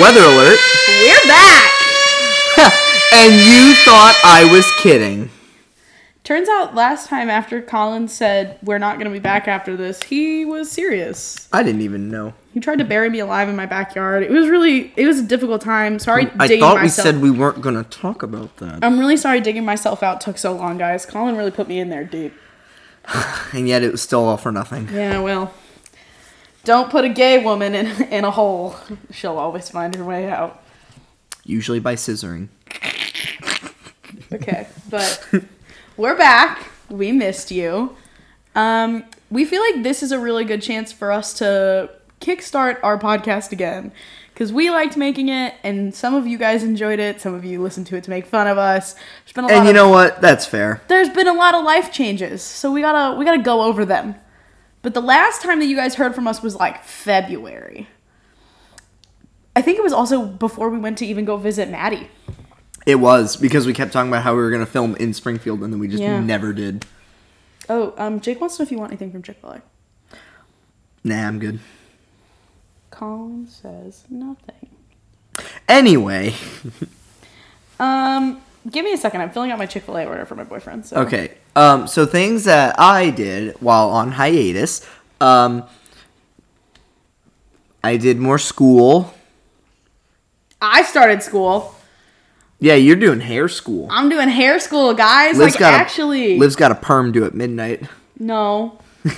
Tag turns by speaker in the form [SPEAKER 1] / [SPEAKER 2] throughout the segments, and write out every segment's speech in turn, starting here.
[SPEAKER 1] Weather alert.
[SPEAKER 2] We're back.
[SPEAKER 1] And you thought I was kidding.
[SPEAKER 2] Turns out last time after Colin said we're not going to be back after this, he was serious.
[SPEAKER 1] I didn't even know.
[SPEAKER 2] He tried to bury me alive in my backyard. It was really it was a difficult time. Sorry
[SPEAKER 1] I
[SPEAKER 2] digging
[SPEAKER 1] thought we
[SPEAKER 2] myself.
[SPEAKER 1] said we weren't going to talk about that.
[SPEAKER 2] I'm really sorry digging myself out took so long, guys. Colin really put me in there deep.
[SPEAKER 1] And yet it was still all for nothing.
[SPEAKER 2] Yeah, well. Don't put a gay woman in in a hole. She'll always find her way out.
[SPEAKER 1] Usually by scissoring.
[SPEAKER 2] Okay, but we're back. We missed you. Um, we feel like this is a really good chance for us to kickstart our podcast again because we liked making it, and some of you guys enjoyed it. Some of you listened to it to make fun of us. There's been a lot
[SPEAKER 1] And you
[SPEAKER 2] of,
[SPEAKER 1] know what? That's fair.
[SPEAKER 2] there's been a lot of life changes, so we gotta we gotta go over them. But the last time that you guys heard from us was like February. I think it was also before we went to even go visit Maddie.
[SPEAKER 1] It was because we kept talking about how we were going to film in Springfield and then we just
[SPEAKER 2] Yeah.
[SPEAKER 1] never did.
[SPEAKER 2] Oh, um, Jake wants to know if you want anything from Chick Fil A.
[SPEAKER 1] Nah, I'm good.
[SPEAKER 2] Colin says nothing.
[SPEAKER 1] Anyway,
[SPEAKER 2] Um, give me a second. I'm filling out my Chick Fil A order for my boyfriend. So.
[SPEAKER 1] okay. Um, so things that I did while on hiatus, um, I did more school.
[SPEAKER 2] I started school.
[SPEAKER 1] Yeah, you're doing hair school.
[SPEAKER 2] I'm doing hair school, guys.
[SPEAKER 1] Liv's
[SPEAKER 2] like
[SPEAKER 1] got
[SPEAKER 2] actually,
[SPEAKER 1] a, Liv's got a perm due at midnight.
[SPEAKER 2] no. I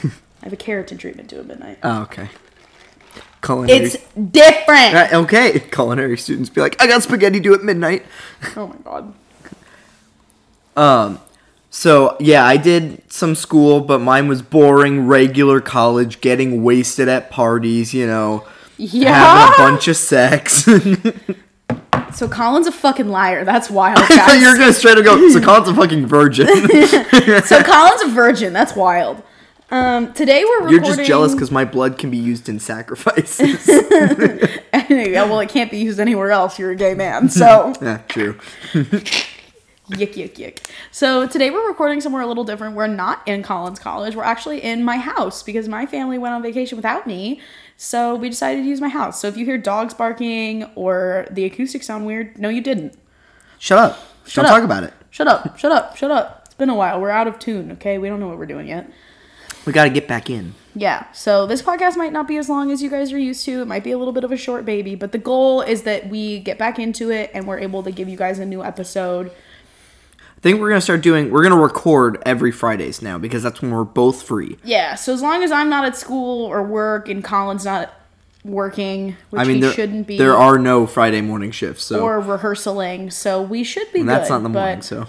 [SPEAKER 2] have a keratin treatment due at midnight.
[SPEAKER 1] Oh, okay. Culinary.
[SPEAKER 2] It's different.
[SPEAKER 1] Uh, okay. Culinary students be like, I got spaghetti due at midnight.
[SPEAKER 2] Oh my god.
[SPEAKER 1] So yeah, I did some school, but mine was boring, regular college, getting wasted at parties. You know,
[SPEAKER 2] Yeah.
[SPEAKER 1] having a bunch of sex.
[SPEAKER 2] so Colin's a fucking liar. That's wild,
[SPEAKER 1] I thought
[SPEAKER 2] guys.
[SPEAKER 1] you were gonna straight up go. So Colin's a fucking virgin.
[SPEAKER 2] so Colin's a virgin. That's wild. Um, today we're
[SPEAKER 1] You're
[SPEAKER 2] recording.
[SPEAKER 1] just jealous because my blood can be used in sacrifices.
[SPEAKER 2] yeah, well, it can't be used anywhere else. You're a gay man, so.
[SPEAKER 1] yeah, true.
[SPEAKER 2] Yick, yick, yick. So today we're recording somewhere a little different. We're not in Collins College. We're actually in my house because my family went on vacation without me. So we decided to use my house. So if you hear dogs barking or the acoustics sound weird, no, you didn't.
[SPEAKER 1] Shut up.
[SPEAKER 2] Shut
[SPEAKER 1] Don't
[SPEAKER 2] up.
[SPEAKER 1] talk about it.
[SPEAKER 2] Shut up, shut up, shut up. It's been a while. We're out of tune, okay? We don't know what we're doing yet.
[SPEAKER 1] We gotta get back in.
[SPEAKER 2] Yeah, so this podcast might not be as long as you guys are used to. It might be a little bit of a short baby, but the goal is that we get back into it and we're able to give you guys a new episode.
[SPEAKER 1] I think we're gonna start doing. We're gonna record every Fridays now because that's when we're both free.
[SPEAKER 2] Yeah, so as long as I'm not at school or work and Colin's not working, which
[SPEAKER 1] I mean,
[SPEAKER 2] he
[SPEAKER 1] there,
[SPEAKER 2] shouldn't be,
[SPEAKER 1] there are no Friday morning shifts, so
[SPEAKER 2] or rehearsaling, so we should be
[SPEAKER 1] and that's
[SPEAKER 2] good,
[SPEAKER 1] not in the
[SPEAKER 2] but,
[SPEAKER 1] morning. So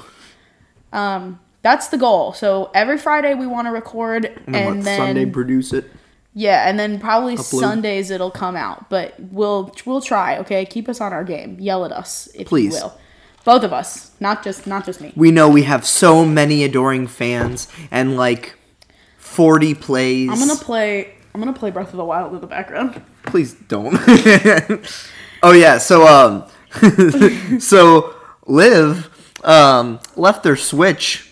[SPEAKER 2] um, that's the goal. So every Friday we want to record, and,
[SPEAKER 1] and
[SPEAKER 2] then
[SPEAKER 1] Sunday produce it.
[SPEAKER 2] yeah, and then probably
[SPEAKER 1] Upload.
[SPEAKER 2] Sundays it'll come out. But we'll we'll try. Okay, keep us on our game. Yell at us if
[SPEAKER 1] Please.
[SPEAKER 2] you will. Both of us, not just not just me.
[SPEAKER 1] We know we have so many adoring fans and like forty plays.
[SPEAKER 2] I'm gonna play. I'm gonna play Breath of the Wild in the background.
[SPEAKER 1] Please don't. oh yeah, so um, so Liv um left their Switch.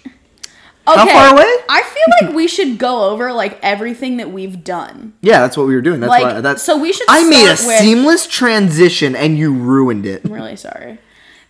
[SPEAKER 2] Okay.
[SPEAKER 1] far away?
[SPEAKER 2] I feel like we should go over like everything that we've done.
[SPEAKER 1] Yeah, that's what we were doing. That's
[SPEAKER 2] Like,
[SPEAKER 1] why that's
[SPEAKER 2] so we should
[SPEAKER 1] I made a
[SPEAKER 2] start with-
[SPEAKER 1] seamless transition and you ruined it.
[SPEAKER 2] I'm really sorry.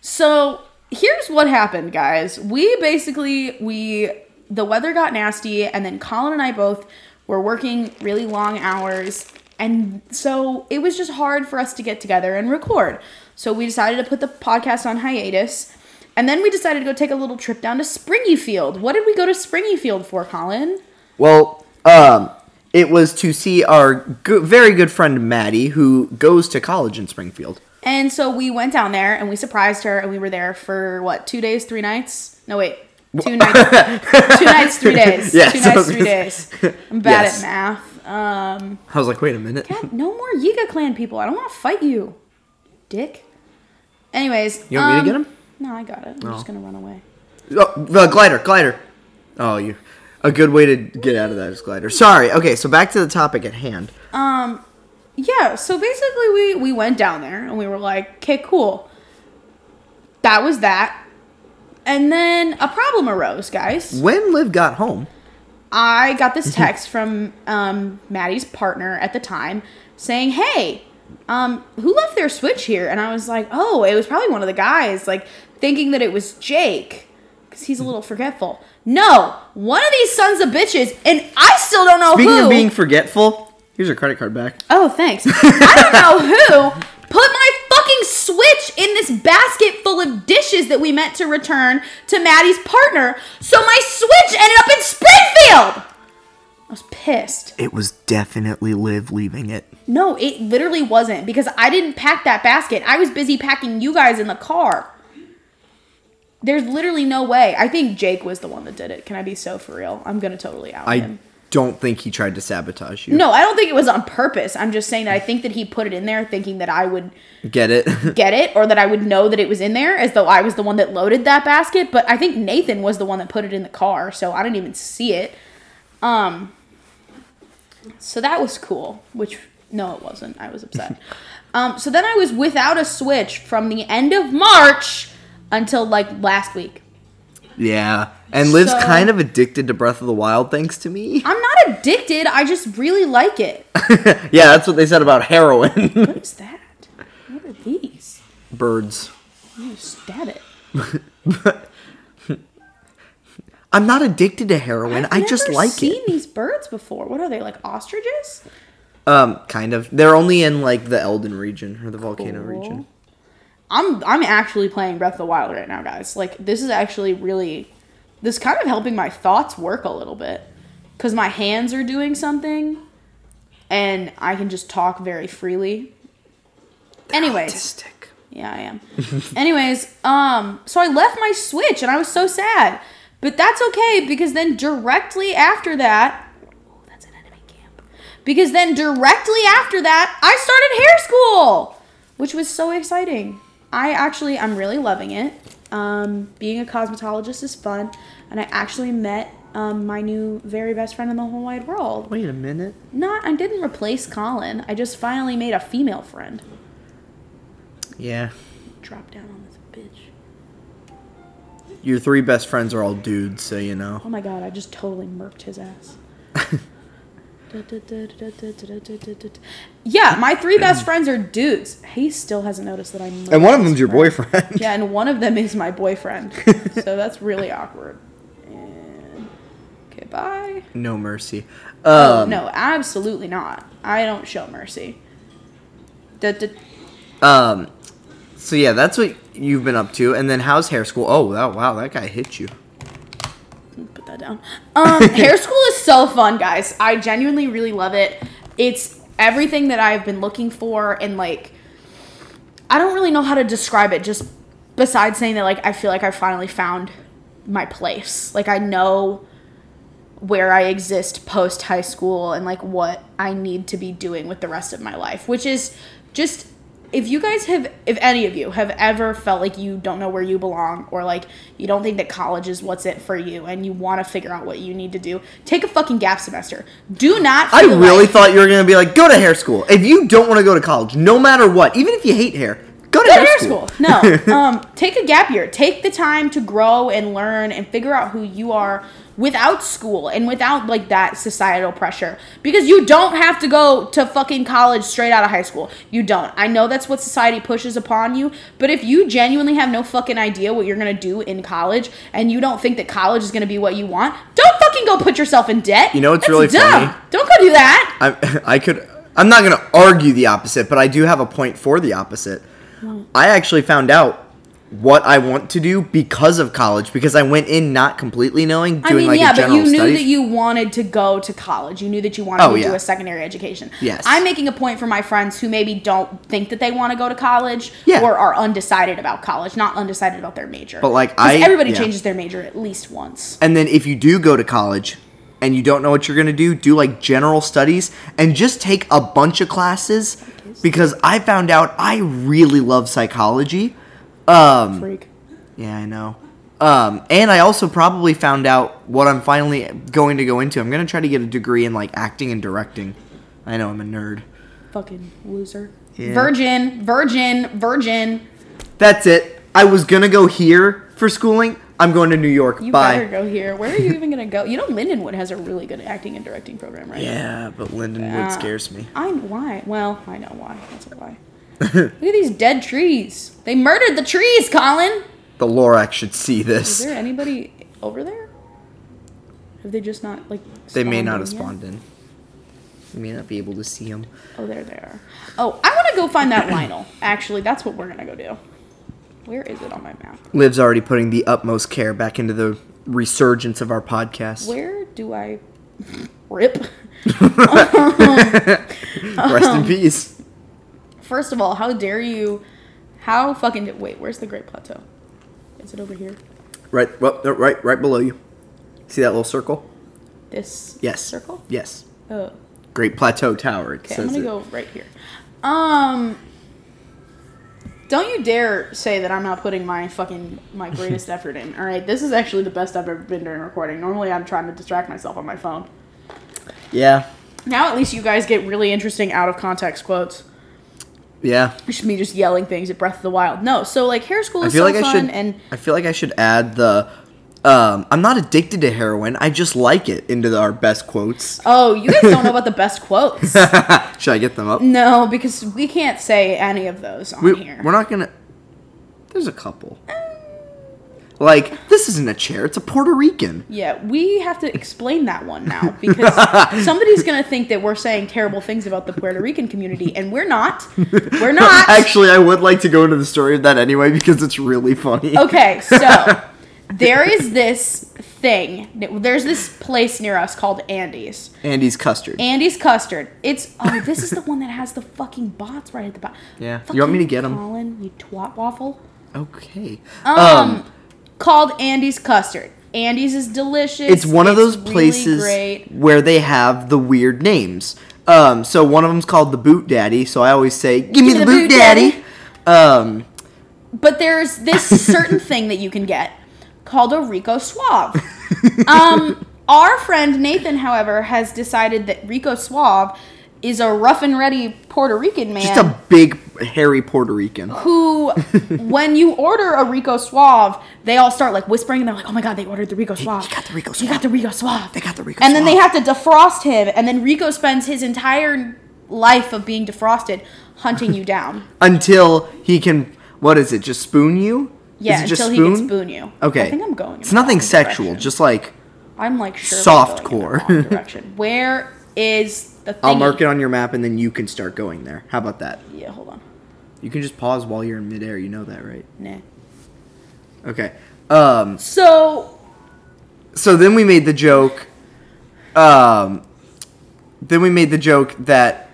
[SPEAKER 2] So here's what happened, guys. We basically we the weather got nasty, and then Colin and I both were working really long hours, and so it was just hard for us to get together and record. So we decided to put the podcast on hiatus. And then we decided to go take a little trip down to Springyfield. What did we go to Springyfield for, Colin?
[SPEAKER 1] Well, um, it was to see our go- very good friend Maddie, who goes to college in Springfield.
[SPEAKER 2] And so we went down there and we surprised her and we were there for what, two days, three nights? No, wait. Two nights, two nights, three days.
[SPEAKER 1] Yes,
[SPEAKER 2] two
[SPEAKER 1] I
[SPEAKER 2] nights,
[SPEAKER 1] was
[SPEAKER 2] three
[SPEAKER 1] gonna
[SPEAKER 2] days. I'm bad
[SPEAKER 1] Yes.
[SPEAKER 2] at math. Um,
[SPEAKER 1] I was like, wait a minute.
[SPEAKER 2] God, no more Yiga clan people. I don't want to fight you, dick. Anyways,
[SPEAKER 1] You want me to
[SPEAKER 2] um,
[SPEAKER 1] get 'em?
[SPEAKER 2] No, I got it. I'm just gonna run away.
[SPEAKER 1] Oh, uh, glider, glider. Oh, you. A good way to get out of that is glider. Sorry. Okay, so back to the topic at hand.
[SPEAKER 2] yeah so basically we we went down there and we were like okay cool that was that and then a problem arose guys
[SPEAKER 1] When Liv got home, Mm-hmm.
[SPEAKER 2] i got this text from um, maddie's partner at the time saying hey um, who left their Switch here? And I was like, oh, it was probably one of the guys, like thinking that it was Jake because
[SPEAKER 1] Mm-hmm.
[SPEAKER 2] he's a little forgetful. No, one of these sons of bitches, and I still don't know
[SPEAKER 1] Speaking
[SPEAKER 2] Oh, who.
[SPEAKER 1] of being forgetful, here's your credit card back.
[SPEAKER 2] oh, thanks. I don't know who put my fucking Switch in this basket full of dishes that we meant to return to Maddie's partner. So my Switch ended up in Springfield. I was pissed.
[SPEAKER 1] It was definitely Liv leaving it.
[SPEAKER 2] No, it literally wasn't because I didn't pack that basket. I was busy packing you guys in the car. There's literally no way. I think Jake was the one that did it. Can I be so for real? I'm gonna totally out
[SPEAKER 1] I
[SPEAKER 2] him.
[SPEAKER 1] don't think he tried to sabotage you.
[SPEAKER 2] No, I don't think it was on purpose. I'm just saying that I think that he put it in there thinking that I would
[SPEAKER 1] Get it?
[SPEAKER 2] get it or that I would know that it was in there as though I was the one that loaded that basket. But I think Nathan was the one that put it in the car, so I didn't even see it. Um, so that was cool, which, no, it wasn't. I was upset. um, so then I was without a Switch from the end of March until like last week.
[SPEAKER 1] yeah. And Liv's
[SPEAKER 2] So-
[SPEAKER 1] kind of addicted to Breath of the Wild, thanks to me.
[SPEAKER 2] I'm not addicted, I just really like it.
[SPEAKER 1] Yeah, that's what they said about heroin.
[SPEAKER 2] What is that? What are these?
[SPEAKER 1] Birds.
[SPEAKER 2] You stab it.
[SPEAKER 1] I'm not addicted to heroin. I
[SPEAKER 2] I've
[SPEAKER 1] just
[SPEAKER 2] never
[SPEAKER 1] like
[SPEAKER 2] seen
[SPEAKER 1] it.
[SPEAKER 2] these birds before. What are they like ostriches?
[SPEAKER 1] Um, kind of. They're only in like the Elden region or the volcano region.
[SPEAKER 2] I'm I'm actually playing Breath of the Wild right now, guys. Like this is actually really this is kind of helping my thoughts work a little bit cuz my hands are doing something and I can just talk very freely. Anyways,
[SPEAKER 1] Autistic.
[SPEAKER 2] yeah, I am. Anyways, um so I left my Switch and I was so sad. But that's okay because then directly after that Oh, that's an enemy camp. Because then directly after that, I started hair school, which was so exciting. I actually, I'm really loving it. Um, being a cosmetologist is fun, and I actually met um, my new very best friend in the whole wide world.
[SPEAKER 1] Wait a minute.
[SPEAKER 2] Not, I didn't replace Colin. I just finally made a female friend.
[SPEAKER 1] Yeah.
[SPEAKER 2] Drop down on this bitch.
[SPEAKER 1] Your three best friends are all dudes, so you know.
[SPEAKER 2] Oh my god, I just totally murked his ass. yeah, my three best friends are dudes. He still hasn't noticed that I murked
[SPEAKER 1] And one of
[SPEAKER 2] his
[SPEAKER 1] them's your
[SPEAKER 2] friend.
[SPEAKER 1] boyfriend.
[SPEAKER 2] Yeah, and one of them is my boyfriend. so that's really awkward. And okay, bye.
[SPEAKER 1] no mercy.
[SPEAKER 2] Oh,
[SPEAKER 1] Um,
[SPEAKER 2] no, absolutely not. I don't show mercy. Da- da-
[SPEAKER 1] Um, so yeah, that's what you've been up to. And then how's hair school? Oh, wow, wow, that guy hit you.
[SPEAKER 2] put that down. Um, hair school is so fun, guys. I genuinely really love it. It's everything that I've been looking for, and like, I don't really know how to describe it. Just besides saying that, like, I feel like I finally found my place. Like, I know where I exist post high school and like what I need to be doing with the rest of my life, which is just if you guys have if any of you have ever felt like you don't know where you belong or like you don't think that college is what's it for you and you want to figure out what you need to do, take a fucking gap semester. Do not
[SPEAKER 1] I
[SPEAKER 2] feel
[SPEAKER 1] really
[SPEAKER 2] like-
[SPEAKER 1] thought you were gonna be like, go to hair school. If you don't want to go to college, no matter what, even if you hate hair, go to
[SPEAKER 2] Go
[SPEAKER 1] hair,
[SPEAKER 2] to hair
[SPEAKER 1] school.
[SPEAKER 2] school. No. um, take a gap year. Take the time to grow and learn and figure out who you are without school and without like that societal pressure. Because you don't have to go to fucking college straight out of high school. You don't. I know that's what society pushes upon you, but if you genuinely have no fucking idea what you're going to do in college and you don't think that college is going to be what you want, don't fucking go put yourself in debt.
[SPEAKER 1] You know what's
[SPEAKER 2] That's
[SPEAKER 1] really
[SPEAKER 2] dumb.
[SPEAKER 1] funny?
[SPEAKER 2] Don't go do that.
[SPEAKER 1] I, I could. I'm not gonna argue the opposite, but I do have a point for the opposite. I actually found out what I want to do because of college because I went in not completely knowing, doing
[SPEAKER 2] I mean,
[SPEAKER 1] like
[SPEAKER 2] yeah,
[SPEAKER 1] a
[SPEAKER 2] but
[SPEAKER 1] general
[SPEAKER 2] you knew
[SPEAKER 1] studies.
[SPEAKER 2] that you wanted to go to college. You knew that you wanted
[SPEAKER 1] Oh,
[SPEAKER 2] to do
[SPEAKER 1] yeah.
[SPEAKER 2] a secondary education.
[SPEAKER 1] Yes.
[SPEAKER 2] I'm making a point for my friends who maybe don't think that they want to go to college
[SPEAKER 1] Yeah.
[SPEAKER 2] or are undecided about college, not undecided about their major.
[SPEAKER 1] But, like,
[SPEAKER 2] 'Cause
[SPEAKER 1] I-
[SPEAKER 2] everybody
[SPEAKER 1] yeah.
[SPEAKER 2] changes their major at least once.
[SPEAKER 1] And then if you do go to college and you don't know what you're going to do, do like general studies and just take a bunch of classes because I found out I really love psychology. Um,
[SPEAKER 2] Freak.
[SPEAKER 1] Yeah, I know. Um, and I also probably found out what I'm finally going to go into. I'm going to try to get a degree in like acting and directing. I know I'm a nerd.
[SPEAKER 2] Fucking loser.
[SPEAKER 1] Yeah.
[SPEAKER 2] Virgin, virgin, virgin.
[SPEAKER 1] That's it. I was going to go here for schooling, I'm going to New York.
[SPEAKER 2] You
[SPEAKER 1] Bye.
[SPEAKER 2] better go here. Where are you even gonna go? You know, Lindenwood has a really good acting and directing program, right?
[SPEAKER 1] Yeah, but Lindenwood
[SPEAKER 2] Uh,
[SPEAKER 1] scares me.
[SPEAKER 2] I why? Well, I know why. That's a why. Look at these dead trees. They murdered the trees, Colin.
[SPEAKER 1] The Lorax should see
[SPEAKER 2] Is
[SPEAKER 1] this.
[SPEAKER 2] there anybody over there? Have they just not like?
[SPEAKER 1] They may not
[SPEAKER 2] in
[SPEAKER 1] have
[SPEAKER 2] yet?
[SPEAKER 1] spawned in. You may not be able to see them.
[SPEAKER 2] Oh, there they are. Oh, I want to go find that Lionel. Actually, that's what we're gonna go do. Where is it on my map?
[SPEAKER 1] Liv's already putting the utmost care back into the resurgence of our podcast.
[SPEAKER 2] Where do I rip?
[SPEAKER 1] Rest in peace.
[SPEAKER 2] First of all, how dare you? How fucking did, wait? Where's the Great Plateau? Is it over here?
[SPEAKER 1] Right, well, no, right, right below you. See that little circle?
[SPEAKER 2] This
[SPEAKER 1] Yes.
[SPEAKER 2] circle.
[SPEAKER 1] Yes.
[SPEAKER 2] Oh,
[SPEAKER 1] Great Plateau Tower. It
[SPEAKER 2] okay. I'm
[SPEAKER 1] says
[SPEAKER 2] gonna
[SPEAKER 1] it.
[SPEAKER 2] go right here. Um, don't you dare say that I'm not putting my fucking my greatest effort in. All right, this is actually the best I've ever been during recording. Normally, I'm trying to distract myself on my phone.
[SPEAKER 1] Yeah.
[SPEAKER 2] Now, at least you guys get really interesting out of context quotes.
[SPEAKER 1] Yeah.
[SPEAKER 2] It's just me just yelling things at Breath of the Wild. No, so like hair school
[SPEAKER 1] I
[SPEAKER 2] is
[SPEAKER 1] feel
[SPEAKER 2] so
[SPEAKER 1] like I
[SPEAKER 2] fun
[SPEAKER 1] should.
[SPEAKER 2] and
[SPEAKER 1] I feel like I should add the. Um, I'm not addicted to heroin. I just like it. Into the, our best quotes.
[SPEAKER 2] oh, you guys don't know about the best quotes.
[SPEAKER 1] should I get them up?
[SPEAKER 2] No, because we can't say any of those on
[SPEAKER 1] We,
[SPEAKER 2] here.
[SPEAKER 1] we're not gonna. There's a couple. Like this isn't a chair. It's a Puerto Rican.
[SPEAKER 2] yeah, we have to explain that one now because somebody's going to think that we're saying terrible things about the Puerto Rican community, and we're not. We're not.
[SPEAKER 1] Actually, I would like to go into the story of that anyway because it's really funny.
[SPEAKER 2] Okay, so there is this thing. There's this place near us called Andy's.
[SPEAKER 1] Andy's custard.
[SPEAKER 2] Andy's custard. It's oh, this is the one that has the fucking bots right at the bottom.
[SPEAKER 1] Yeah. You want me to
[SPEAKER 2] Fucking
[SPEAKER 1] get 'em?
[SPEAKER 2] Colin, you twat waffle.
[SPEAKER 1] okay.
[SPEAKER 2] Um,
[SPEAKER 1] Um,
[SPEAKER 2] called Andy's custard. Andy's is delicious.
[SPEAKER 1] it's one of those
[SPEAKER 2] really
[SPEAKER 1] places
[SPEAKER 2] great.
[SPEAKER 1] where they have the weird names. Um, so one of them's called the Boot Daddy. So I always say, "Give me the, Boot, Daddy." Um,
[SPEAKER 2] But there's this certain thing that you can get called a Rico Suave. um, our friend Nathan, however, has decided that Rico Suave is a rough and ready Puerto Rican man.
[SPEAKER 1] just a big hairy Puerto Rican.
[SPEAKER 2] who, when you order a Rico Suave, they all start like whispering and they're like, oh my god, they ordered the Rico Suave.
[SPEAKER 1] got the Rico
[SPEAKER 2] You got
[SPEAKER 1] Suave.
[SPEAKER 2] the Rico Suave.
[SPEAKER 1] They got the Rico
[SPEAKER 2] And then they
[SPEAKER 1] Suave.
[SPEAKER 2] have to defrost him, and then Rico spends his entire life of being defrosted hunting you down.
[SPEAKER 1] Until he can, what is it? Just spoon you?
[SPEAKER 2] Yeah,
[SPEAKER 1] is it just
[SPEAKER 2] until he can
[SPEAKER 1] spoon?
[SPEAKER 2] spoon you.
[SPEAKER 1] Okay.
[SPEAKER 2] I think I'm going. in
[SPEAKER 1] It's
[SPEAKER 2] the
[SPEAKER 1] nothing
[SPEAKER 2] wrong
[SPEAKER 1] sexual.
[SPEAKER 2] direction.
[SPEAKER 1] Just like
[SPEAKER 2] I'm like sure.
[SPEAKER 1] soft core.
[SPEAKER 2] direction. Where is the thing?
[SPEAKER 1] I'll mark it on your map, and then you can start going there. How about that?
[SPEAKER 2] Yeah, hold on.
[SPEAKER 1] You can just pause while you're in midair. You know that, right?
[SPEAKER 2] Nah.
[SPEAKER 1] Okay. Um,
[SPEAKER 2] So
[SPEAKER 1] so then we made the joke. Um, then we made the joke that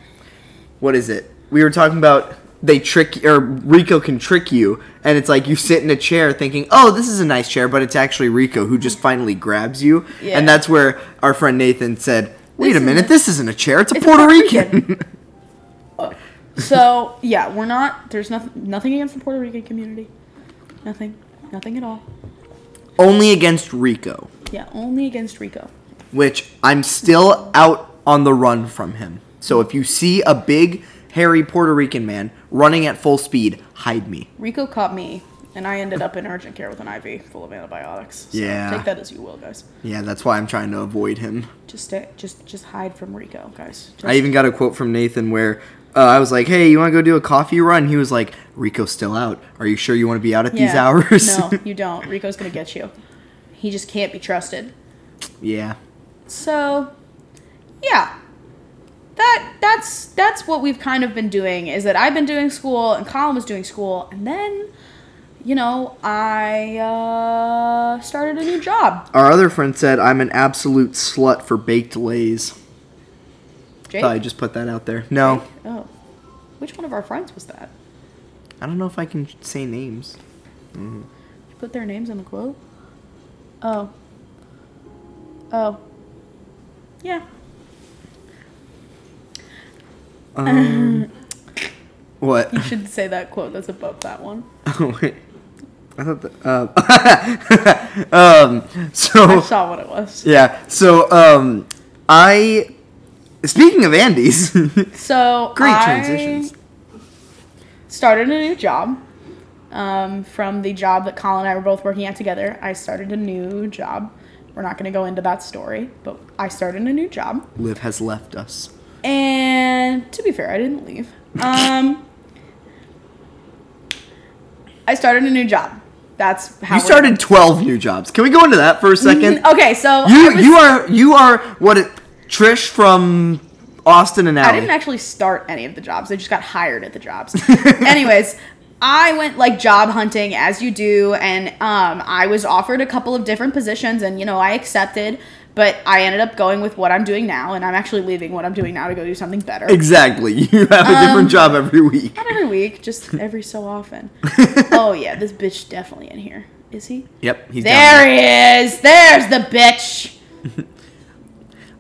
[SPEAKER 1] what is it? We were talking about they trick or Rico can trick you, and it's like you sit in a chair thinking, "Oh, this is a nice chair," but it's actually Rico who just finally grabs you,
[SPEAKER 2] Yeah.
[SPEAKER 1] and that's where our friend Nathan said, "Wait
[SPEAKER 2] This
[SPEAKER 1] a minute,
[SPEAKER 2] isn't-
[SPEAKER 1] this isn't a chair; it's a
[SPEAKER 2] it's
[SPEAKER 1] Puerto
[SPEAKER 2] Puerto
[SPEAKER 1] Rican."
[SPEAKER 2] uh, so yeah, we're not. There's nothing. Nothing against the Puerto Rican community. Nothing. Nothing at all.
[SPEAKER 1] Only against Rico,
[SPEAKER 2] Yeah, only against Rico.
[SPEAKER 1] which I'm still out on the run from him. So if you see a big hairy Puerto Rican man running at full speed, hide me.
[SPEAKER 2] Rico caught me, and I ended up in urgent care with an IV full of antibiotics. So
[SPEAKER 1] Yeah.
[SPEAKER 2] Take that as you will, guys.
[SPEAKER 1] Yeah, that's why I'm trying to avoid him.
[SPEAKER 2] Just stay. Just just hide from Rico, guys. Just,
[SPEAKER 1] I even got a quote from Nathan where uh, I was like, "Hey, you want to go do a coffee run?" He was like, "Rico's still out. Are you sure you want to be out at these
[SPEAKER 2] Yeah.
[SPEAKER 1] hours?"
[SPEAKER 2] no, you don't. Rico's gonna get you. He just can't be trusted.
[SPEAKER 1] yeah.
[SPEAKER 2] So, yeah. That that's that's what we've kind of been doing is that I've been doing school and Colin was doing school and then you know, I uh, started a new job.
[SPEAKER 1] Our other friend said, "I'm an absolute slut for baked lays."
[SPEAKER 2] Jake.
[SPEAKER 1] Thought I just put that out there. No,
[SPEAKER 2] Oh. Which one of our friends was that?
[SPEAKER 1] I don't know if I can say names.
[SPEAKER 2] You put their names in the quote? Oh. Oh. Yeah.
[SPEAKER 1] Um, what?
[SPEAKER 2] You should say that quote that's above that one.
[SPEAKER 1] Oh wait, I thought that. Um, um, so
[SPEAKER 2] I saw what it was.
[SPEAKER 1] yeah, so um, I. Speaking of Andes,
[SPEAKER 2] So
[SPEAKER 1] Great
[SPEAKER 2] I
[SPEAKER 1] transitions.
[SPEAKER 2] Started a new job. um, from the job that Colin and I were both working at together. I started a new job. We're not going to go into that story, but I started a new job.
[SPEAKER 1] Liv has left us.
[SPEAKER 2] And to be fair, I didn't leave. Um, I started a new job. That's how
[SPEAKER 1] You
[SPEAKER 2] we're-
[SPEAKER 1] started twelve new jobs. Can we go into that for a second?
[SPEAKER 2] Mm, Okay, so
[SPEAKER 1] You
[SPEAKER 2] I was-
[SPEAKER 1] you are you are what it, Trish from Austin and
[SPEAKER 2] I
[SPEAKER 1] Allie.
[SPEAKER 2] didn't actually start any of the jobs. I just got hired at the jobs. Anyways, I went like job hunting as you do, and um, I was offered a couple of different positions, and you know I accepted, but I ended up going with what I'm doing now, and I'm actually leaving what I'm doing now to go do something better.
[SPEAKER 1] exactly. You have a
[SPEAKER 2] Um,
[SPEAKER 1] different job every week.
[SPEAKER 2] Not every week, just every so often. oh yeah, this bitch definitely in here. Is he?
[SPEAKER 1] Yep, he's
[SPEAKER 2] There he is. There's the bitch.
[SPEAKER 1] down.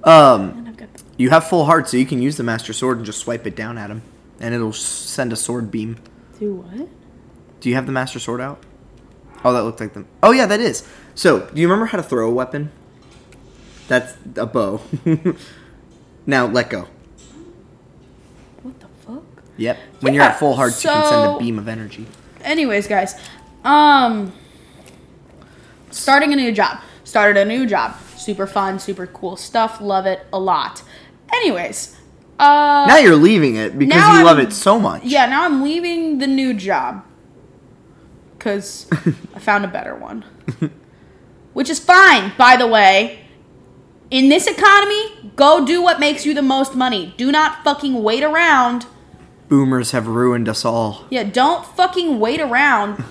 [SPEAKER 1] Um,
[SPEAKER 2] And I've got the-
[SPEAKER 1] you have full heart, so you can use the Master Sword and just swipe it down at him, and it'll s- send a sword beam.
[SPEAKER 2] Do what?
[SPEAKER 1] Do you have the Master Sword out? Oh, that looked like the. Oh yeah, that is. So, do you remember how to throw a weapon? That's a bow. now let go.
[SPEAKER 2] What the fuck?
[SPEAKER 1] Yep. When you're
[SPEAKER 2] Yeah,
[SPEAKER 1] at full hearts, you can send a
[SPEAKER 2] so-
[SPEAKER 1] beam of energy.
[SPEAKER 2] anyways guys um starting a new job started a new job super fun super cool stuff love it a lot anyways uh
[SPEAKER 1] now you're leaving it because
[SPEAKER 2] now
[SPEAKER 1] you love
[SPEAKER 2] I'm-
[SPEAKER 1] it so much.
[SPEAKER 2] yeah now i'm leaving the new job because i found a better one which is fine by the way in this economy go do what makes you the most money do not fucking wait around
[SPEAKER 1] Boomers have ruined us all.
[SPEAKER 2] Yeah, don't fucking wait around.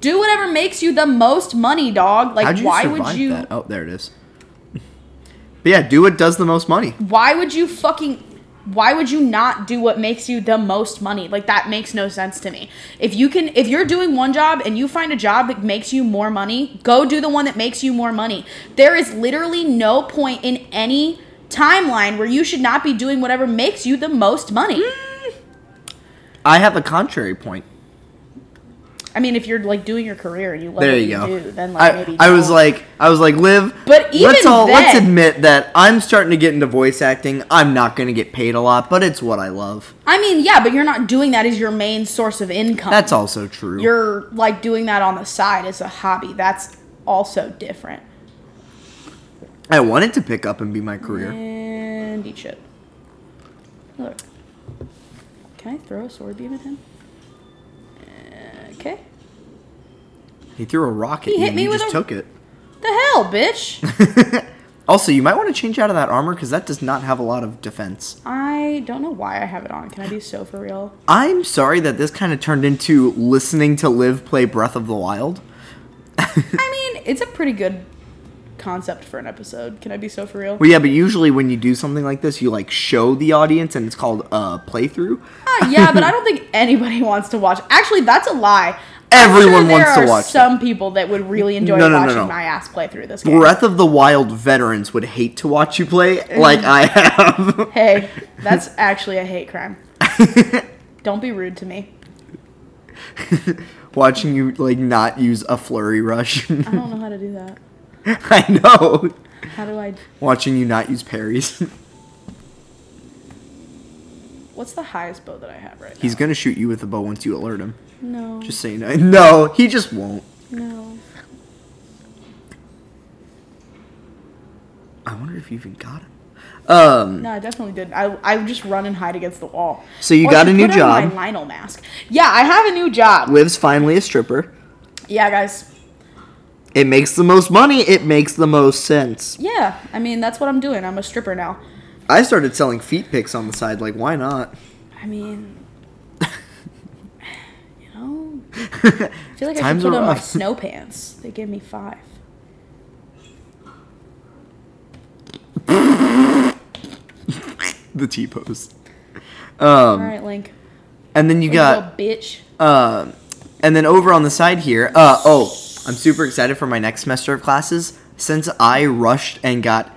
[SPEAKER 2] Do whatever makes you the most money, dog. Like
[SPEAKER 1] How'd you
[SPEAKER 2] why
[SPEAKER 1] survive
[SPEAKER 2] would you
[SPEAKER 1] that? Oh, there it is. But yeah, do what does the most money.
[SPEAKER 2] why would you fucking why would you not do what makes you the most money? Like that makes no sense to me. If you can if you're doing one job and you find a job that makes you more money, go do the one that makes you more money. There is literally no point in any timeline where you should not be doing whatever makes you the most money.
[SPEAKER 1] Mm. I have a contrary point.
[SPEAKER 2] I mean, if you're like doing your career and you love
[SPEAKER 1] There
[SPEAKER 2] what
[SPEAKER 1] you
[SPEAKER 2] you
[SPEAKER 1] go.
[SPEAKER 2] do, then like
[SPEAKER 1] I,
[SPEAKER 2] maybe
[SPEAKER 1] I was
[SPEAKER 2] don't.
[SPEAKER 1] like, I was like, Liv.
[SPEAKER 2] But
[SPEAKER 1] let's
[SPEAKER 2] even
[SPEAKER 1] let's
[SPEAKER 2] then-
[SPEAKER 1] admit that I'm starting to get into voice acting. I'm not going to get paid a lot, but it's what I love.
[SPEAKER 2] I mean, yeah, but you're not doing that as your main source of income.
[SPEAKER 1] That's also true.
[SPEAKER 2] You're like doing that on the side as a hobby. That's also different.
[SPEAKER 1] I wanted to pick up and be my career.
[SPEAKER 2] And eat shit. Look. Can I throw a sword beam at him? Uh, Okay.
[SPEAKER 1] He threw a rocket.
[SPEAKER 2] He
[SPEAKER 1] and
[SPEAKER 2] hit me
[SPEAKER 1] you
[SPEAKER 2] with
[SPEAKER 1] just
[SPEAKER 2] a-
[SPEAKER 1] took it.
[SPEAKER 2] The hell, bitch!
[SPEAKER 1] Also, you might want to change out of that armor because that does not have a lot of defense.
[SPEAKER 2] I don't know why I have it on. Can I be so for real?
[SPEAKER 1] I'm sorry that this kind of turned into listening to Liv play Breath of the Wild.
[SPEAKER 2] I mean, it's a pretty good concept for an episode. Can I be so for real?
[SPEAKER 1] Well, yeah, but usually when you do something like this, you like show the audience, and it's called a playthrough.
[SPEAKER 2] Uh, yeah, but I don't think anybody wants to watch. Actually, that's a lie.
[SPEAKER 1] Everyone
[SPEAKER 2] there
[SPEAKER 1] wants to
[SPEAKER 2] are
[SPEAKER 1] watch
[SPEAKER 2] Some people that would really enjoy
[SPEAKER 1] No, no, no,
[SPEAKER 2] watching
[SPEAKER 1] no.
[SPEAKER 2] my ass play through this game.
[SPEAKER 1] Breath of the Wild veterans would hate to watch you play like I have.
[SPEAKER 2] Hey, that's actually a hate crime. don't be rude to me.
[SPEAKER 1] Watching you like not use a flurry rush.
[SPEAKER 2] I don't know how to do that.
[SPEAKER 1] I know.
[SPEAKER 2] How do I?
[SPEAKER 1] Watching you not use parries.
[SPEAKER 2] What's the highest bow that I have right now?
[SPEAKER 1] He's gonna shoot you with a bow once you alert him.
[SPEAKER 2] no,
[SPEAKER 1] Just saying. No, he just won't.
[SPEAKER 2] no.
[SPEAKER 1] I wonder if you even got him. Um,
[SPEAKER 2] No, I definitely did. I I would just run and hide against the wall.
[SPEAKER 1] So you
[SPEAKER 2] Or
[SPEAKER 1] got a new
[SPEAKER 2] put on
[SPEAKER 1] job.
[SPEAKER 2] My Lionel mask. Yeah, I have a new job.
[SPEAKER 1] Liv's finally a stripper.
[SPEAKER 2] Yeah, guys.
[SPEAKER 1] It makes the most money. It makes the most sense.
[SPEAKER 2] Yeah, I mean that's what I'm doing. I'm a stripper now.
[SPEAKER 1] I started selling feet pics on the side. Like, why not?
[SPEAKER 2] I mean, you know, I feel like I should
[SPEAKER 1] Times
[SPEAKER 2] put
[SPEAKER 1] are
[SPEAKER 2] on my
[SPEAKER 1] rough.
[SPEAKER 2] snow pants. They give me five.
[SPEAKER 1] the T pose. Um,
[SPEAKER 2] All right, Link.
[SPEAKER 1] And then you
[SPEAKER 2] You
[SPEAKER 1] got
[SPEAKER 2] little bitch.
[SPEAKER 1] Uh, and then over on the side here, uh, oh, I'm super excited for my next semester of classes. Since I rushed and got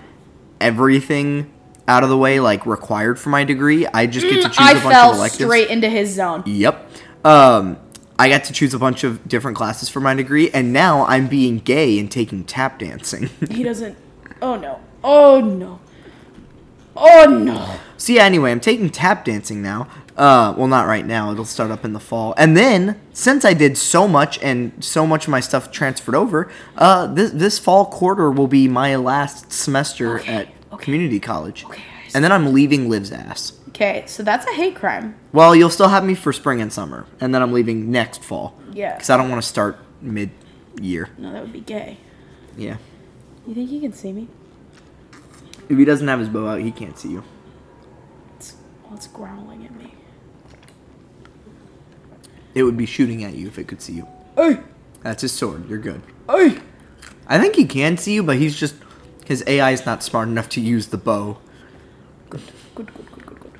[SPEAKER 1] everything out of the way, like required for my degree, I just get to choose a
[SPEAKER 2] Mm, I
[SPEAKER 1] bunch
[SPEAKER 2] fell
[SPEAKER 1] of electives.
[SPEAKER 2] straight into his zone.
[SPEAKER 1] Yep. Um, I got to choose a bunch of different classes for my degree, and now I'm being gay and taking tap dancing.
[SPEAKER 2] He doesn't. Oh no. Oh no. Oh no.
[SPEAKER 1] So yeah, anyway, I'm taking tap dancing now. Uh, well, not right now. It'll start up in the fall. And then, since I did so much and so much of my stuff transferred over, uh, this this fall quarter will be my last semester
[SPEAKER 2] Okay,
[SPEAKER 1] at
[SPEAKER 2] okay.
[SPEAKER 1] community college.
[SPEAKER 2] Okay, I see.
[SPEAKER 1] and then I'm leaving Liv's ass.
[SPEAKER 2] Okay, so that's a hate crime.
[SPEAKER 1] Well, you'll still have me for spring and summer, and then I'm leaving next fall.
[SPEAKER 2] Yeah.
[SPEAKER 1] Because I don't want to start mid year.
[SPEAKER 2] No, that would be gay.
[SPEAKER 1] Yeah.
[SPEAKER 2] You think he can see me?
[SPEAKER 1] If he doesn't have his bow out, he can't see you.
[SPEAKER 2] It's, well, it's growling at me.
[SPEAKER 1] It would be shooting at you if it could see you.
[SPEAKER 2] Hey,
[SPEAKER 1] That's his sword. You're good.
[SPEAKER 2] hey.
[SPEAKER 1] I think he can see you, but he's just his AI is not smart enough to use the bow.
[SPEAKER 2] Good, good, good, good, good.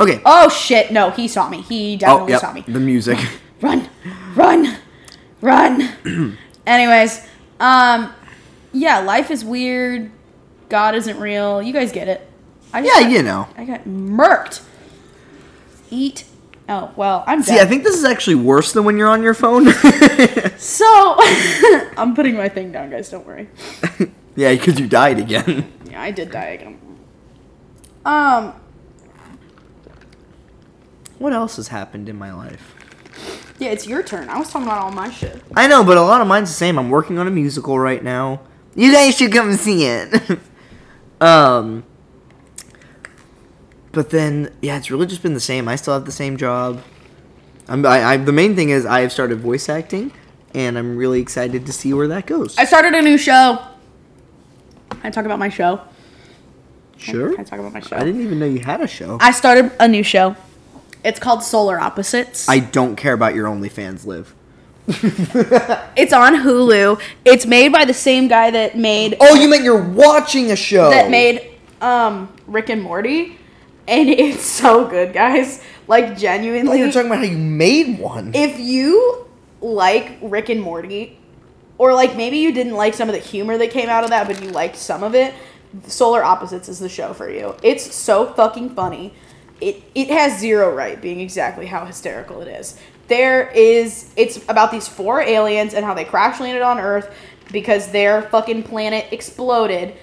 [SPEAKER 1] Okay.
[SPEAKER 2] Oh shit! No, he saw me. He
[SPEAKER 1] oh,
[SPEAKER 2] definitely
[SPEAKER 1] yep.
[SPEAKER 2] saw me.
[SPEAKER 1] The music.
[SPEAKER 2] Run, run, run. Anyways, um, yeah, life is weird. God isn't real. You guys get it. I
[SPEAKER 1] yeah, you know.
[SPEAKER 2] I got murked. Eat. Oh well, I'm
[SPEAKER 1] See,
[SPEAKER 2] dead.
[SPEAKER 1] I think this is actually worse than when you're on your phone.
[SPEAKER 2] so. I'm putting my thing down, guys. Don't worry.
[SPEAKER 1] yeah, because you died again.
[SPEAKER 2] Yeah, I did die again. Um.
[SPEAKER 1] What else has happened in my life?
[SPEAKER 2] Yeah, it's your turn. I was talking about all my shit.
[SPEAKER 1] I know, but a lot of mine's the same. I'm working on a musical right now. You guys should come see it. um, but then, yeah, it's really just been the same. I still have the same job. I'm, I, I, the main thing is I have started voice acting, and I'm really excited to see where that goes.
[SPEAKER 2] I started a new show. Can I talk about my show.
[SPEAKER 1] sure.
[SPEAKER 2] Can I talk about my show?
[SPEAKER 1] I didn't even know you had a show. I,
[SPEAKER 2] I started a new show. It's called Solar Opposites.
[SPEAKER 1] don't care about your OnlyFans, Liv.
[SPEAKER 2] it's on Hulu. It's made by the same guy that made
[SPEAKER 1] Oh, you meant you're watching a show
[SPEAKER 2] that made um Rick and Morty, and it's so good, guys. Like
[SPEAKER 1] Oh,
[SPEAKER 2] genuinely,
[SPEAKER 1] you're talking about how you made one.
[SPEAKER 2] if you like Rick and Morty, or like maybe you didn't like some of the humor that came out of that, but you liked some of it, Solar Opposites is the show for you. It's so fucking funny. It it has zero right being exactly how hysterical it is. There is it's about these four aliens and how they crash landed on Earth because their fucking planet exploded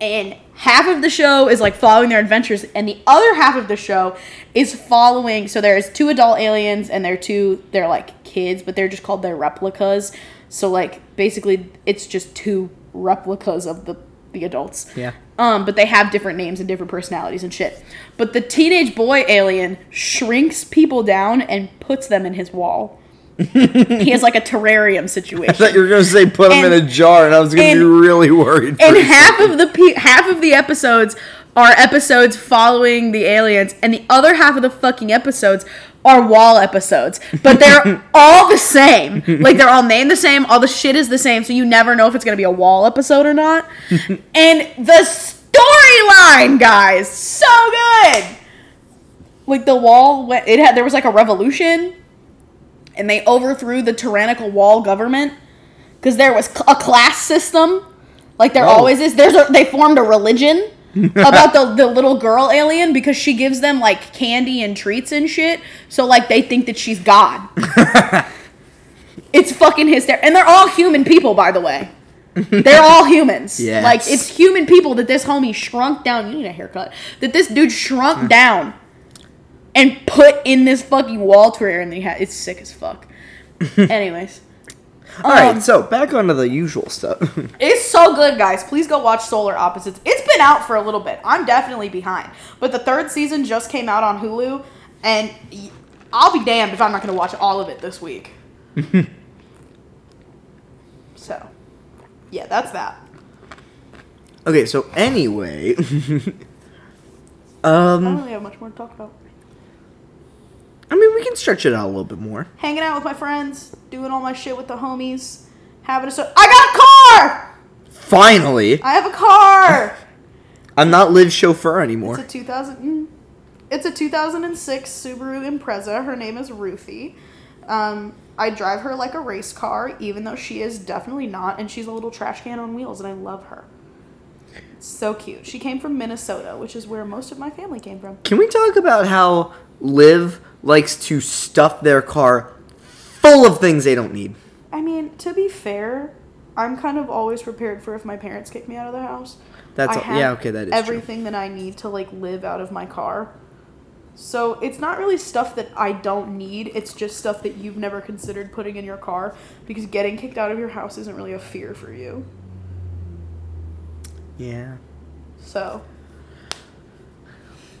[SPEAKER 2] and half of the show is like following their adventures and the other half of the show is following so there's two adult aliens and they're two they're like kids but they're just called their replicas so like basically it's just two replicas of the the adults
[SPEAKER 1] Yeah.
[SPEAKER 2] um but they have different names and different personalities and shit but the teenage boy alien shrinks people down and puts them in his wall he has like a terrarium situation
[SPEAKER 1] I thought you were gonna say put them
[SPEAKER 2] And-
[SPEAKER 1] in a jar, and I was gonna be
[SPEAKER 2] and-
[SPEAKER 1] really worried. for
[SPEAKER 2] and
[SPEAKER 1] a
[SPEAKER 2] half of the pe- half of the episodes are episodes following the aliens, and the other half of the fucking episodes are wall episodes. But they're all the same. Like they're all named the same. All the shit is the same, so you never know if it's gonna be a wall episode or not. and the storyline, guys, so good. Like the wall went. It had there was like a revolution, and they overthrew the tyrannical wall government because there was cl- a class system like there
[SPEAKER 1] Oh.
[SPEAKER 2] always is there's a, they formed a religion about the, the little girl alien because she gives them like candy and treats and shit so like they think that she's god it's fucking hysterical and they're all human people by the way they're all humans
[SPEAKER 1] Yes.
[SPEAKER 2] like it's human people that this homie shrunk down you need a haircut that this dude shrunk down and put in this fucking wall tour and he had it's sick as fuck anyways
[SPEAKER 1] All right,
[SPEAKER 2] Um,
[SPEAKER 1] so back onto the usual stuff.
[SPEAKER 2] It's so good, guys. Please go watch Solar Opposites. It's been out for a little bit. I'm definitely behind. But the third season just came out on Hulu, and y- I'll be damned if I'm not going to watch all of it this week. so, yeah, that's that.
[SPEAKER 1] okay, so anyway,
[SPEAKER 2] I
[SPEAKER 1] um,
[SPEAKER 2] don't really have much more to talk about.
[SPEAKER 1] I mean, we can stretch it out a little bit more.
[SPEAKER 2] Hanging out with my friends, doing all my shit with the homies, having a so. I got a car!
[SPEAKER 1] Finally,
[SPEAKER 2] I have a car!
[SPEAKER 1] I'm not Liv's chauffeur
[SPEAKER 2] It's a
[SPEAKER 1] anymore.
[SPEAKER 2] 2000. mm, It's a 2006 Subaru Impreza. Her name is Ruthie. Um, I drive her like a race car, even though she is definitely not, and she's a little trash can on wheels, and I love her. So cute. She came from Minnesota, which is where most of my family came from.
[SPEAKER 1] Can we talk about how Liv likes to stuff their car full of things they don't need?
[SPEAKER 2] I mean, to be fair, I'm kind of always prepared for if my parents kick me out of the house.
[SPEAKER 1] That's
[SPEAKER 2] I
[SPEAKER 1] all-
[SPEAKER 2] have
[SPEAKER 1] yeah, okay, that is true.
[SPEAKER 2] everything that I need to like live out of my car. So it's not really stuff that I don't need. It's just stuff that you've never considered putting in your car because getting kicked out of your house isn't really a fear for you.
[SPEAKER 1] Yeah.
[SPEAKER 2] So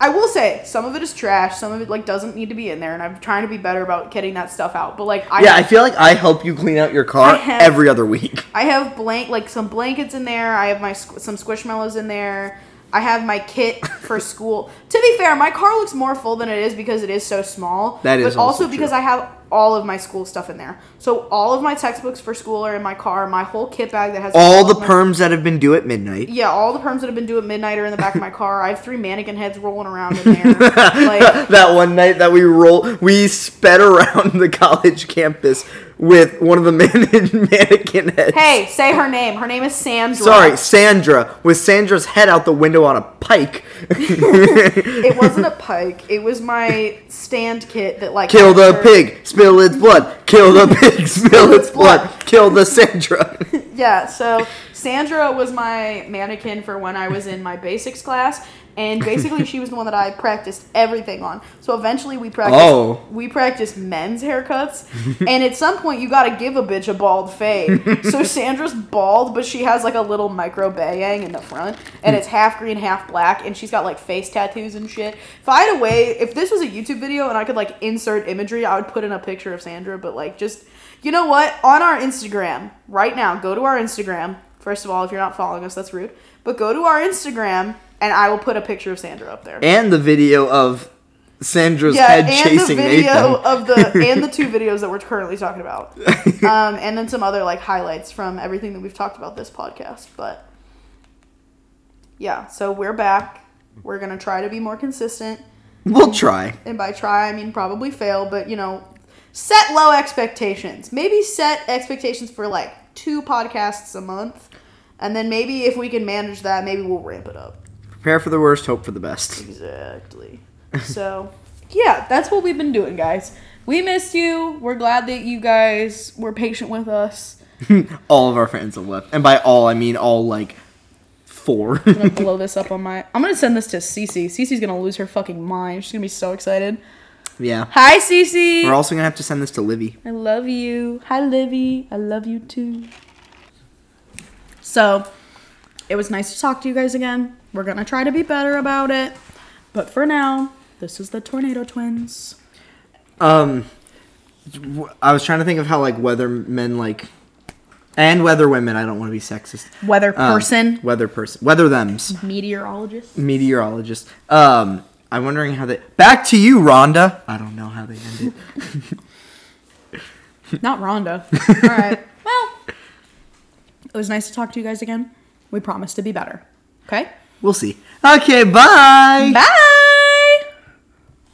[SPEAKER 2] I will say some of it is trash, some of it like doesn't need to be in there and I'm trying to be better about getting that stuff out. But like I
[SPEAKER 1] yeah, I feel like I help you clean out your
[SPEAKER 2] I
[SPEAKER 1] car
[SPEAKER 2] have-
[SPEAKER 1] every other week.
[SPEAKER 2] I have blank like some blankets in there. I have my squ- some squishmallows in there. I have my kit for school. to be fair, my car looks more full than it is because it is so small.
[SPEAKER 1] That is
[SPEAKER 2] but also,
[SPEAKER 1] also true.
[SPEAKER 2] because I have all of my school stuff in there. So all of my textbooks for school are in my car. My whole kit bag that has
[SPEAKER 1] All
[SPEAKER 2] of
[SPEAKER 1] the
[SPEAKER 2] Oh my-
[SPEAKER 1] perms that have been due at midnight.
[SPEAKER 2] Yeah, all the perms that have been due at midnight are in the back of my car. I have three mannequin heads rolling around in there. like
[SPEAKER 1] that one night that we roll, we sped around the college campus with one of the man- mannequin heads.
[SPEAKER 2] Hey, say her name. Her name is Sam. Drell.
[SPEAKER 1] Sorry, Sandra, with Sandra's head out the window on a pike,
[SPEAKER 2] it wasn't a pike. It was my stand kit that like
[SPEAKER 1] kill the
[SPEAKER 2] captured-
[SPEAKER 1] pig, spill its blood, kill the pig, spill its blood, kill the Sandra.
[SPEAKER 2] Yeah, so Sandra was my mannequin for when I was in my basics class, and basically she was the one that I practiced everything on. So eventually we practiced
[SPEAKER 1] Oh.
[SPEAKER 2] we practiced men's haircuts, and at some point you gotta give a bitch a bald fade. so Sandra's bald, but she has like a little micro bayang in the front, and it's half green, half black, and she's got like face tattoos and shit. If I had a way, if this was a YouTube video and I could like insert imagery, I would put in a picture of Sandra, but like just you know what? On our Instagram, right now, go to our Instagram. First of all, if you're not following us, that's rude. But go to our Instagram and I will put a picture of Sandra up there.
[SPEAKER 1] and the video of Sandra's
[SPEAKER 2] yeah,
[SPEAKER 1] head
[SPEAKER 2] and
[SPEAKER 1] chasing
[SPEAKER 2] the video
[SPEAKER 1] Nathan.
[SPEAKER 2] of the and the two videos that we're currently talking about. um, and then some other like highlights from everything that we've talked about this podcast. But yeah, so we're back. We're gonna try to be more consistent.
[SPEAKER 1] We'll try.
[SPEAKER 2] and by try I mean probably fail, but you know, set low expectations. Maybe set expectations for like two podcasts a month, and then maybe if we can manage that, maybe we'll ramp it up.
[SPEAKER 1] Prepare for the worst, hope for the best.
[SPEAKER 2] Exactly. So, yeah, that's what we've been doing, guys. We missed you. We're glad that you guys were patient with us.
[SPEAKER 1] all of our fans have left, and by all I mean all like four.
[SPEAKER 2] I'm gonna blow this up on my. I'm gonna send this to Cece. Cece's gonna lose her fucking mind. She's gonna be so excited.
[SPEAKER 1] yeah,
[SPEAKER 2] Hi, Cece.
[SPEAKER 1] we're also gonna have to send this to Livy.
[SPEAKER 2] I love you. Hi, Livy. I love you too. So, it was nice to talk to you guys again. We're gonna try to be better about it. But for now, this is the Tornado Twins.
[SPEAKER 1] Um, w- I was trying to think of how like whether men like, and whether women. I don't want to be sexist.
[SPEAKER 2] Weather
[SPEAKER 1] Um,
[SPEAKER 2] person,
[SPEAKER 1] Whether person. Whether them's
[SPEAKER 2] meteorologist.
[SPEAKER 1] meteorologist. Um, I'm wondering how they. Back to you, Rhonda. I don't know how they ended.
[SPEAKER 2] Not Rhonda. All right. Well, it was nice to talk to you guys again. We promise to be better. Okay?
[SPEAKER 1] We'll see. Okay, bye.
[SPEAKER 2] Bye!